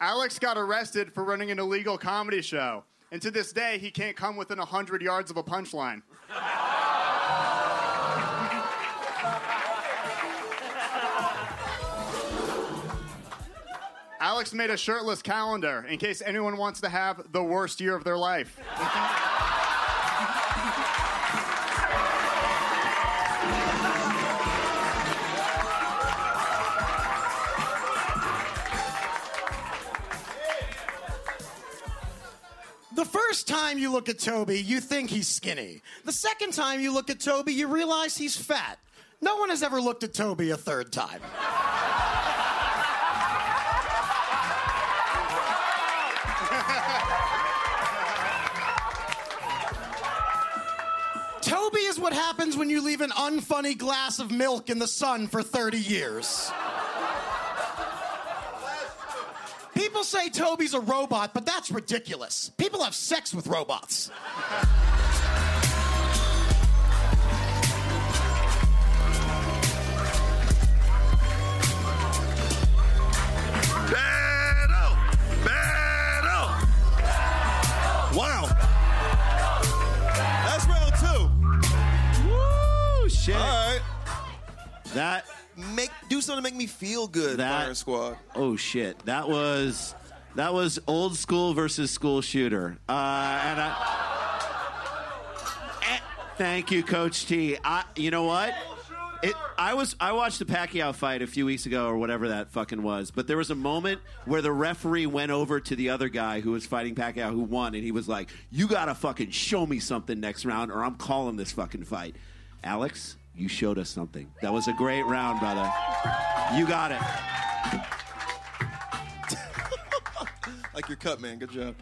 Alex got arrested for running an illegal comedy show, and to this day, he can't come within 100 yards of a punchline. Alex made a shirtless calendar in case anyone wants to have the worst year of their life.
The first time you look at Toby, you think he's skinny. The second time you look at Toby, you realize he's fat. No one has ever looked at Toby a third time. Toby is what happens when you leave an unfunny glass of milk in the sun for 30 years. People say Toby's a robot, but that's ridiculous. People have sex with robots.
Battle. Battle. Wow. That's round two. Woo! Shit. All right.
That
make do something to make me feel good. Fire Squad.
Oh shit, that was that was old school versus school shooter. Uh, and I, Eh, thank you, Coach T. I, you know what? It, I was I watched the Pacquiao fight a few weeks ago or whatever that fucking was, but there was a moment where the referee went over to the other guy who was fighting Pacquiao who won, and he was like, "You gotta fucking show me something next round, or I'm calling this fucking fight." Alex, you showed us something. That was a great round, brother. You got it.
Like your cut, man. Good job.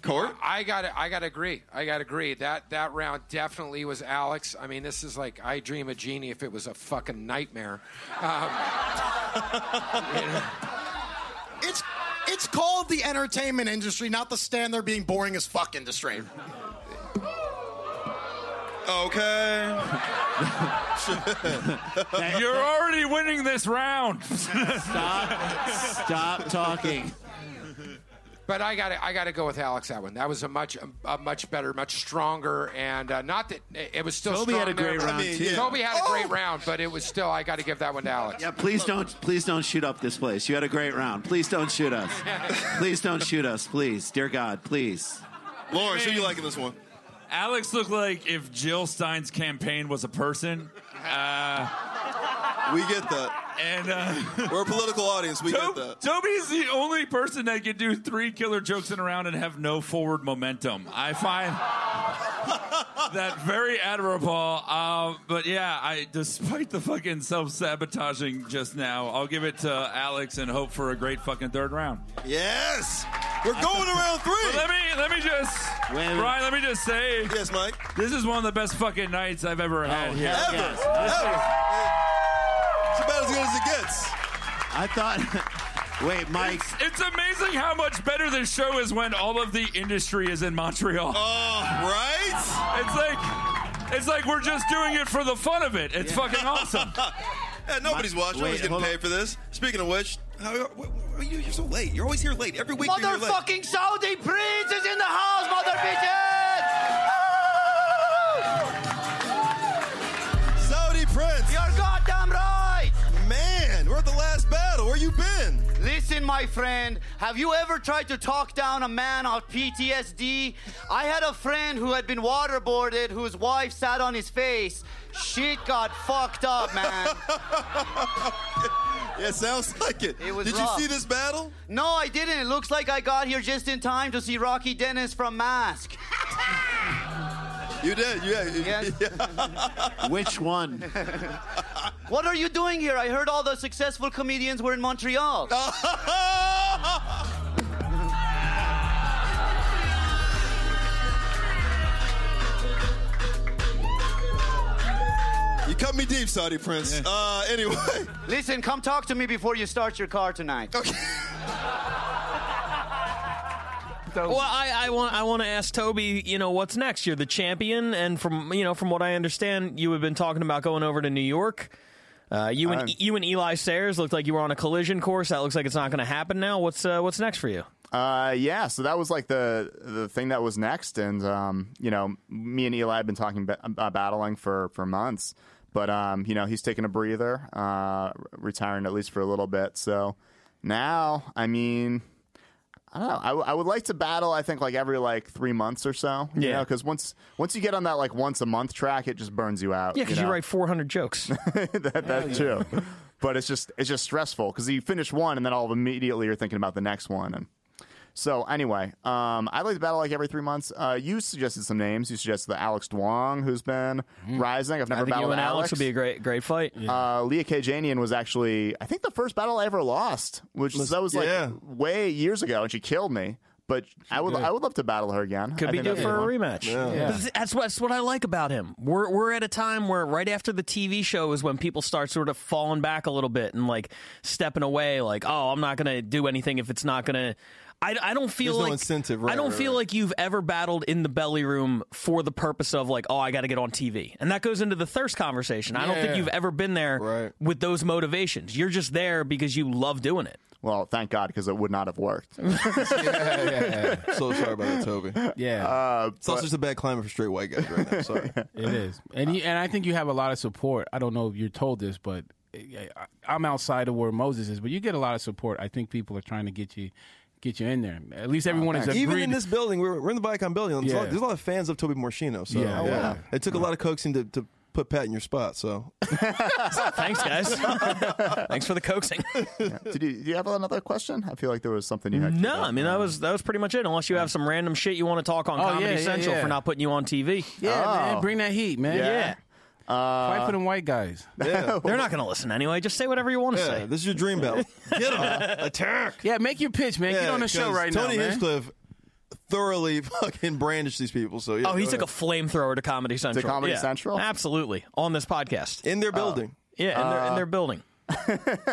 Court? I got to I got to agree. I got to agree. That that round definitely was Alex. I mean, this is like I dream a genie if it was a fucking nightmare. Um,
It's it's called the entertainment industry, not the stand there being boring as fuck industry.
Okay.
You're already winning this round.
Stop. Stop talking.
But I got to I got to go with Alex that one. That was a much a much better, much stronger, and uh, not that it was still.
Toby had
strong
a great
there.
round, I mean, too. yeah.
Toby had a great
Oh!
round, but it was still I got to give that one to Alex.
Yeah, please don't, please don't shoot up this place. You had a great round. Please don't shoot us. Please don't shoot us. Please, dear God, please.
Lawrence, who you like in this one?
Alex looked like if Jill Stein's campaign was a person. Uh,
we get that.
And uh,
we're a political audience. We get that.
Toby's the only person that can do three killer jokes in a round and have no forward momentum. I find that very admirable. Um, but yeah, I despite the fucking self sabotaging just now, I'll give it to Alex and hope for a great fucking third round.
Yes. We're going to round three.
let me let me just
Wait a minute.
Brian. Let me just say,
yes, Mike.
This is one of the best fucking nights I've ever had here.
Oh, hell
Ever. Ever. It's about as good as it gets.
I thought. Wait, Mike.
It's, it's amazing how much better this show is when all of the industry is in Montreal.
Oh, right?
It's like it's like we're just doing it for the fun of it. It's fucking awesome.
Yeah, nobody's watching.
Wait,
Nobody's getting
hold on.
paid for this. Speaking of which, how, wh- wh- wh- you- you're so late. You're always here late. Every week you're here late.
Motherfucking Saudi prince is in the house, mother bitches!
Saudi prince!
You're goddamn right!
Man, we're at the last battle. Where you been?
Listen, my friend, have you ever tried to talk down a man on PTSD? I had a friend who had been waterboarded, whose wife sat on his face. Shit got fucked up, man.
It sounds like it.
It was
Did
rough.
you see this battle?
No, I didn't. It looks like I got here just in time to see Rocky Dennis from Mask.
You did, yeah.
Yes.
Which one?
What are you doing here? I heard all the successful comedians were in Montreal.
You cut me deep, Saudi prince. Uh, anyway.
Listen, come talk to me before you start your car tonight.
Okay.
Well, I, I want I want to ask Toby, you know, what's next? You're the champion, and from you know, from what I understand, you have been talking about going over to New York. Uh, you and
I'm-
you and Eli Sayers looked like you were on a collision course. That looks like it's not going to happen now. What's uh, what's next for you?
Uh, yeah, so that was like the the thing that was next, and um, you know, me and Eli have been talking ba- uh, battling for for months, but um, you know, he's taking a breather, uh, retiring at least for a little bit. So now, I mean, I don't know. I, w- I would like to battle. I think like every like three months or so.
Yeah.
because once once you get on that like once a month track, it just burns you out.
Yeah, because
know?
you write 400 jokes.
that, that too. But it's just it's just stressful because you finish one and then all of immediately you're thinking about the next one. And so anyway, um, I like to battle like every three months. Uh, you suggested some names. You suggested the Alex Duong who's been rising. I've never
Hmm. I think
battled
you and
Alex.
Alex would be a great great fight.
uh, Leah Kajanian was actually I think the first battle I ever lost, which
Listen-
that was like
yeah.
way years ago, and she killed me. But I would
good.
I would love to battle her again.
Could
I
be
think
good
that'd
for a
fun.
rematch. But th- That's what, that's what I like about him. We're, we're at a time where right after the TV show is when people start sort of falling back a little bit and like stepping away, like, oh, I'm not going to do anything if it's not going to. I, I don't feel
There's no
like
incentive, right,
I don't
right,
feel
right.
like you've ever battled in the belly room for the purpose of like, oh, I got to get on TV, and that goes into the thirst conversation. I don't think
Yeah.
you've ever been there with those motivations. You're just there because you love doing it.
Well, thank God because it would not have worked.
So sorry about that, Toby.
Yeah.
Uh,
it's also just a bad climate for straight white guys right now. Sorry.
It is, and you, and I think you have a lot of support. I don't know if you're told this, but I, I- I'm outside of where Moses is, but you get a lot of support. I think people are trying to get you get you in there. At least everyone is
Even
agreed.
in this building, we're, we're in the Biocon building. There's, a lot,
Yeah.
there's a lot of fans of Toby Morshino. So
Yeah, Oh, yeah. wow.
it took a lot of coaxing to, to put Pat in your spot. So
Thanks, guys. Thanks for the coaxing.
Did you, do you have another question? I feel like there was something you had.
No, I mean that was that was pretty much it. Unless you have some random shit you want to talk on
Oh,
Comedy
yeah, yeah,
Central
yeah.
for not putting you on TV.
yeah, man, bring that heat, man.
Yeah.
Uh,
Fight for them white guys.
They're not going to listen anyway. Just say whatever you want to say.
this is your dream belt. Get him. Attack.
Yeah, make your pitch, man. Get on the show right
Tony
now, man.
Hinchcliffe thoroughly fucking brandished these people. So yeah,
oh, he
go
took a
ahead.
flamethrower to Comedy Central.
Comedy
Yeah.
Central?
absolutely on this podcast.
in their building. Uh,
yeah, in, their, in their building.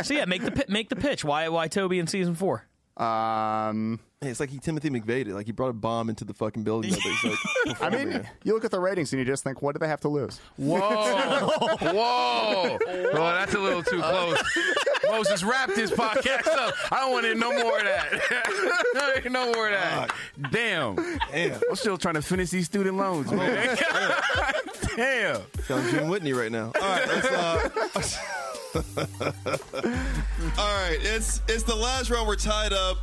so yeah, make the pi- make the pitch. Why why Toby in season four?
Um,
Hey, it's like he Timothy McVeigh did. Like he brought a bomb into the fucking building. that he's, like,
I mean,
performing
you look at the ratings and you just think, what do they have to lose?
Whoa. Whoa. Well, that's a little too close. Moses, wrap this podcast up. I don't want to hear no more of that. no more of that. Damn.
in. Damn. Oh,
I'm still trying to finish these student loans, man. Damn.
Sounds Jim Whitney right now. All right, let's, uh,
All right, it's it's the last round. We're tied up.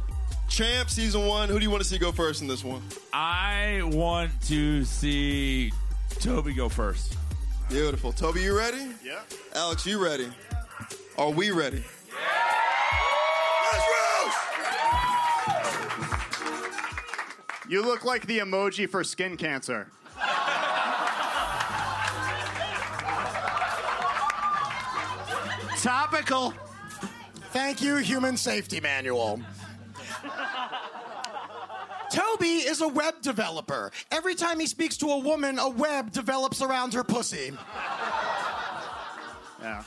Champ season one. Who do you want to see go first in this one?
I want to see Toby go first.
Beautiful. Toby, you ready? Yeah. Alex, you ready? Are we ready?
You look like the emoji for skin cancer.
Topical.
Thank you, Human Safety Manual. Toby is a web developer. Every time he speaks to a woman, a web develops around her pussy.
Yeah.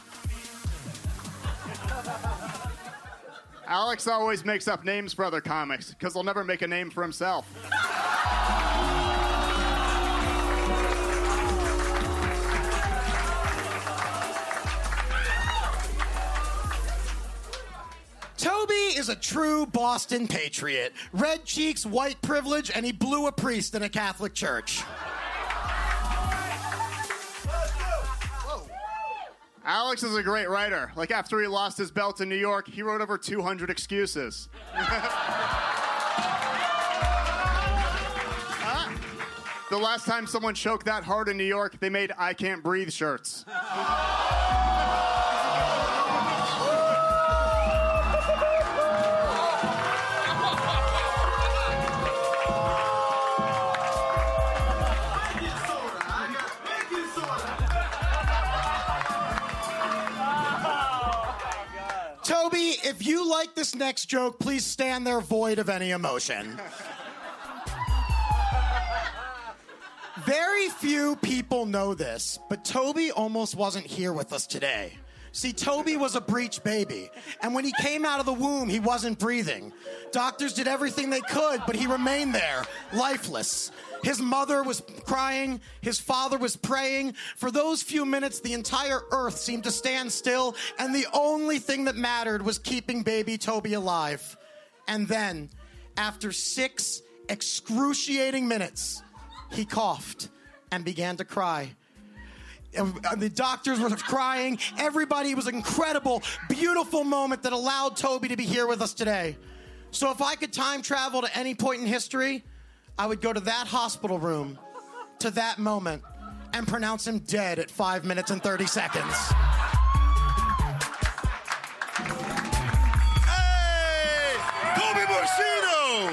Alex always makes up names for other comics because he'll never make a name for himself.
Toby is a true Boston patriot. Red cheeks, white privilege, and he blew a priest in a Catholic church.
Alex is a great writer. Like after he lost his belt in New York, he wrote over 200 excuses. Huh? the last time someone choked that hard in New York, they made "I Can't Breathe" shirts.
Toby, if you like this next joke, please stand there void of any emotion. Very few people know this, but Toby almost wasn't here with us today. See, Toby was a breech baby, and when he came out of the womb, he wasn't breathing. Doctors did everything they could, but he remained there, lifeless. His mother was crying, his father was praying. For those few minutes, the entire earth seemed to stand still, and the only thing that mattered was keeping baby Toby alive. And then, after six excruciating minutes, he coughed and began to cry. And uh, the doctors were crying. Everybody it was an incredible, beautiful moment that allowed Toby to be here with us today. So, if I could time travel to any point in history, I would go to that hospital room, to that moment, and pronounce him dead at five minutes and 30 seconds.
Hey! Kobe Moschino!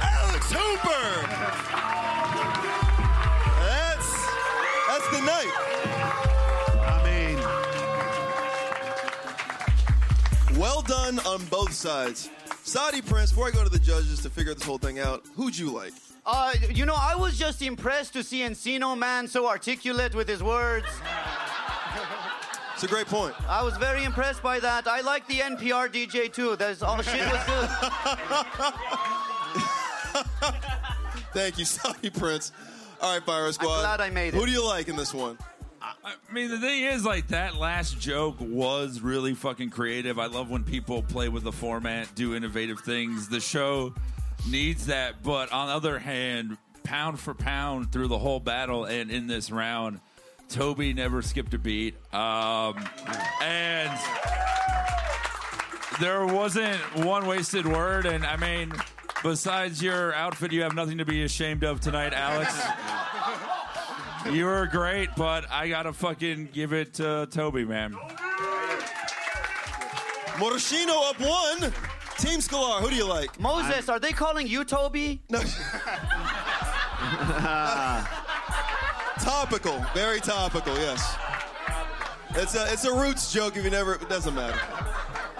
Alex Hooper! That's that's the night. I mean Well done on both sides. Saudi Prince, before I go to the judges to figure this whole thing out, who'd you like?
Uh, you know, I was just impressed to see Encino Man so articulate with his words.
It's a great point.
I was very impressed by that. I like the NPR DJ too. That's all shit was good.
Thank you, Saudi Prince. All right, Fire Squad.
glad I made it.
Who do you like in this one?
I mean, the thing is, like, that last joke was really fucking creative. I love when people play with the format, do innovative things. The show needs that. But on the other hand, pound for pound through the whole battle and in this round, Toby never skipped a beat. Um, and there wasn't one wasted word. And I mean, besides your outfit, you have nothing to be ashamed of tonight, Alex. You were great, but I gotta fucking give it to Toby, man.
Morishino up one. Team Scholar, who do you like?
Moses, are they calling you Toby?
No. topical, very topical. Yes. It's a it's a roots joke. If you never, it doesn't matter.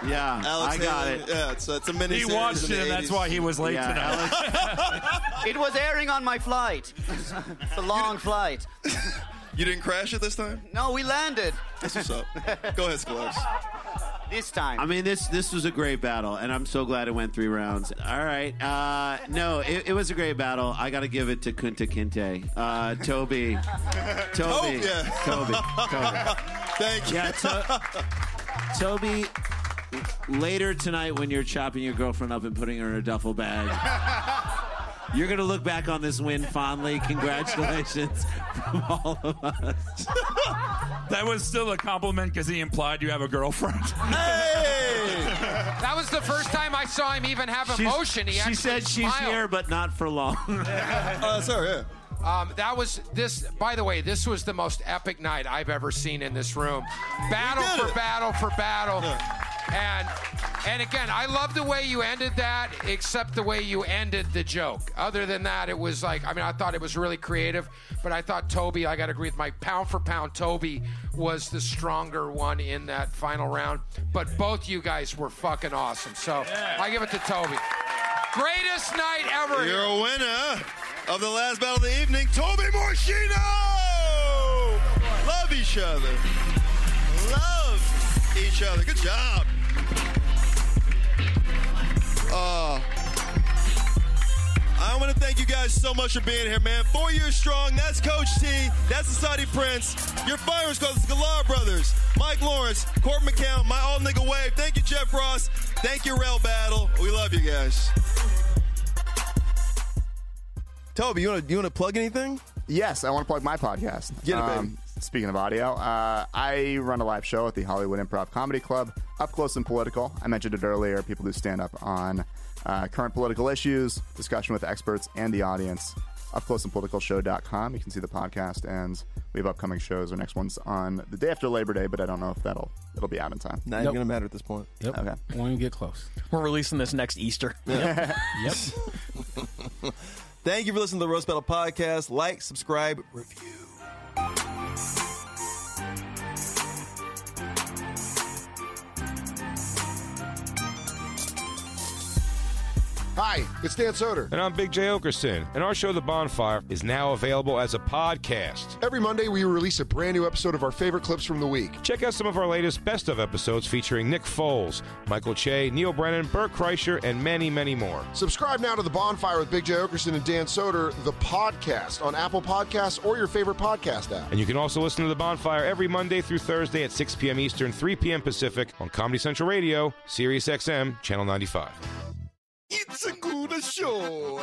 Yeah,
Alex
I got
Haley,
it.
Yeah, it's, it's a mini.
He watched it, and that's why he was late
Yeah,
tonight.
it was airing on my flight. It's a long flight.
You didn't crash it this time.
No, we landed
That's what's up. Go ahead, Scholar.
this time.
I mean, this this was a great battle, and I'm so glad it went three rounds. All right, uh, no, it, it was a great battle. I got to give it to Kunta Kinte, uh, Toby, Toby,
Oh, yeah.
Toby, Toby.
Thank you.
Yeah, to- Toby. Later tonight, when you're chopping your girlfriend up and putting her in a duffel bag, you're gonna look back on this win fondly. Congratulations from all of us.
That was still a compliment because he implied you have a girlfriend.
That was the first time I saw him even have
She's-
emotion. He
she
actually
said she's
smiled.
here, but not for long.
Uh, sorry. Yeah.
Um, that was this. By the way, this was the most epic night I've ever seen in this room. Battle
did
for
it.
battle for battle, and and again, I love the way you ended that, except the way you ended the joke. Other than that, it was like I mean, I thought it was really creative, but I thought Toby. I got to agree with Mike. Pound for pound, Toby was the stronger one in that final round. But both you guys were fucking awesome. So I give it to Toby. Greatest night ever.
You're a winner of the last battle of the evening, Toby Morishino! Love each other. Love each other. Good job. Uh, Oh. I want to thank you guys guys so much for being here, man. Four years strong. That's Coach T. That's Society Prince. Your fighters called the Galar Brothers. Mike Lawrence, Court McCown, my all nigga wave. Thank you, Jeff Ross. Thank you, Rail Battle. We love you guys.
Toby, you want to you want to plug anything?
Yes, I want to plug my podcast. Um,
Get it, baby.
Speaking of audio, uh, I run a live show at the Hollywood Improv Comedy Club, Up Close and Political. I mentioned it earlier. People do stand up on uh, current political issues, discussion with experts and the audience. UpCloseAndPoliticalShow.com. You can see the podcast, and we have upcoming shows. Our next one's on the day after Labor Day, but I don't know if that'll it'll be out in time.
Not even gonna matter at this point.
Yep. Okay.
Won't even get close. We're releasing this next Easter.
Yep.
yep.
Thank you for listening to the Roast Battle Podcast. Like, subscribe, review.
Hi, it's Dan Soder.
And I'm Big J. Okerson. And our show, The Bonfire, is now available as a podcast.
Every Monday, we release a brand new episode of our favorite clips from the week.
Check out some of our latest best of episodes featuring Nick Foles, Michael Che, Neil Brennan, Burt Kreischer, and many, many more.
Subscribe now to The Bonfire with Big J. Okerson and Dan Soder, the podcast, on Apple Podcasts or your favorite podcast app.
And you can also listen to The Bonfire every Monday through Thursday at 6 p.m. Eastern, 3 p.m. Pacific on Comedy Central Radio, Sirius XM, Channel 95.
It's a good show.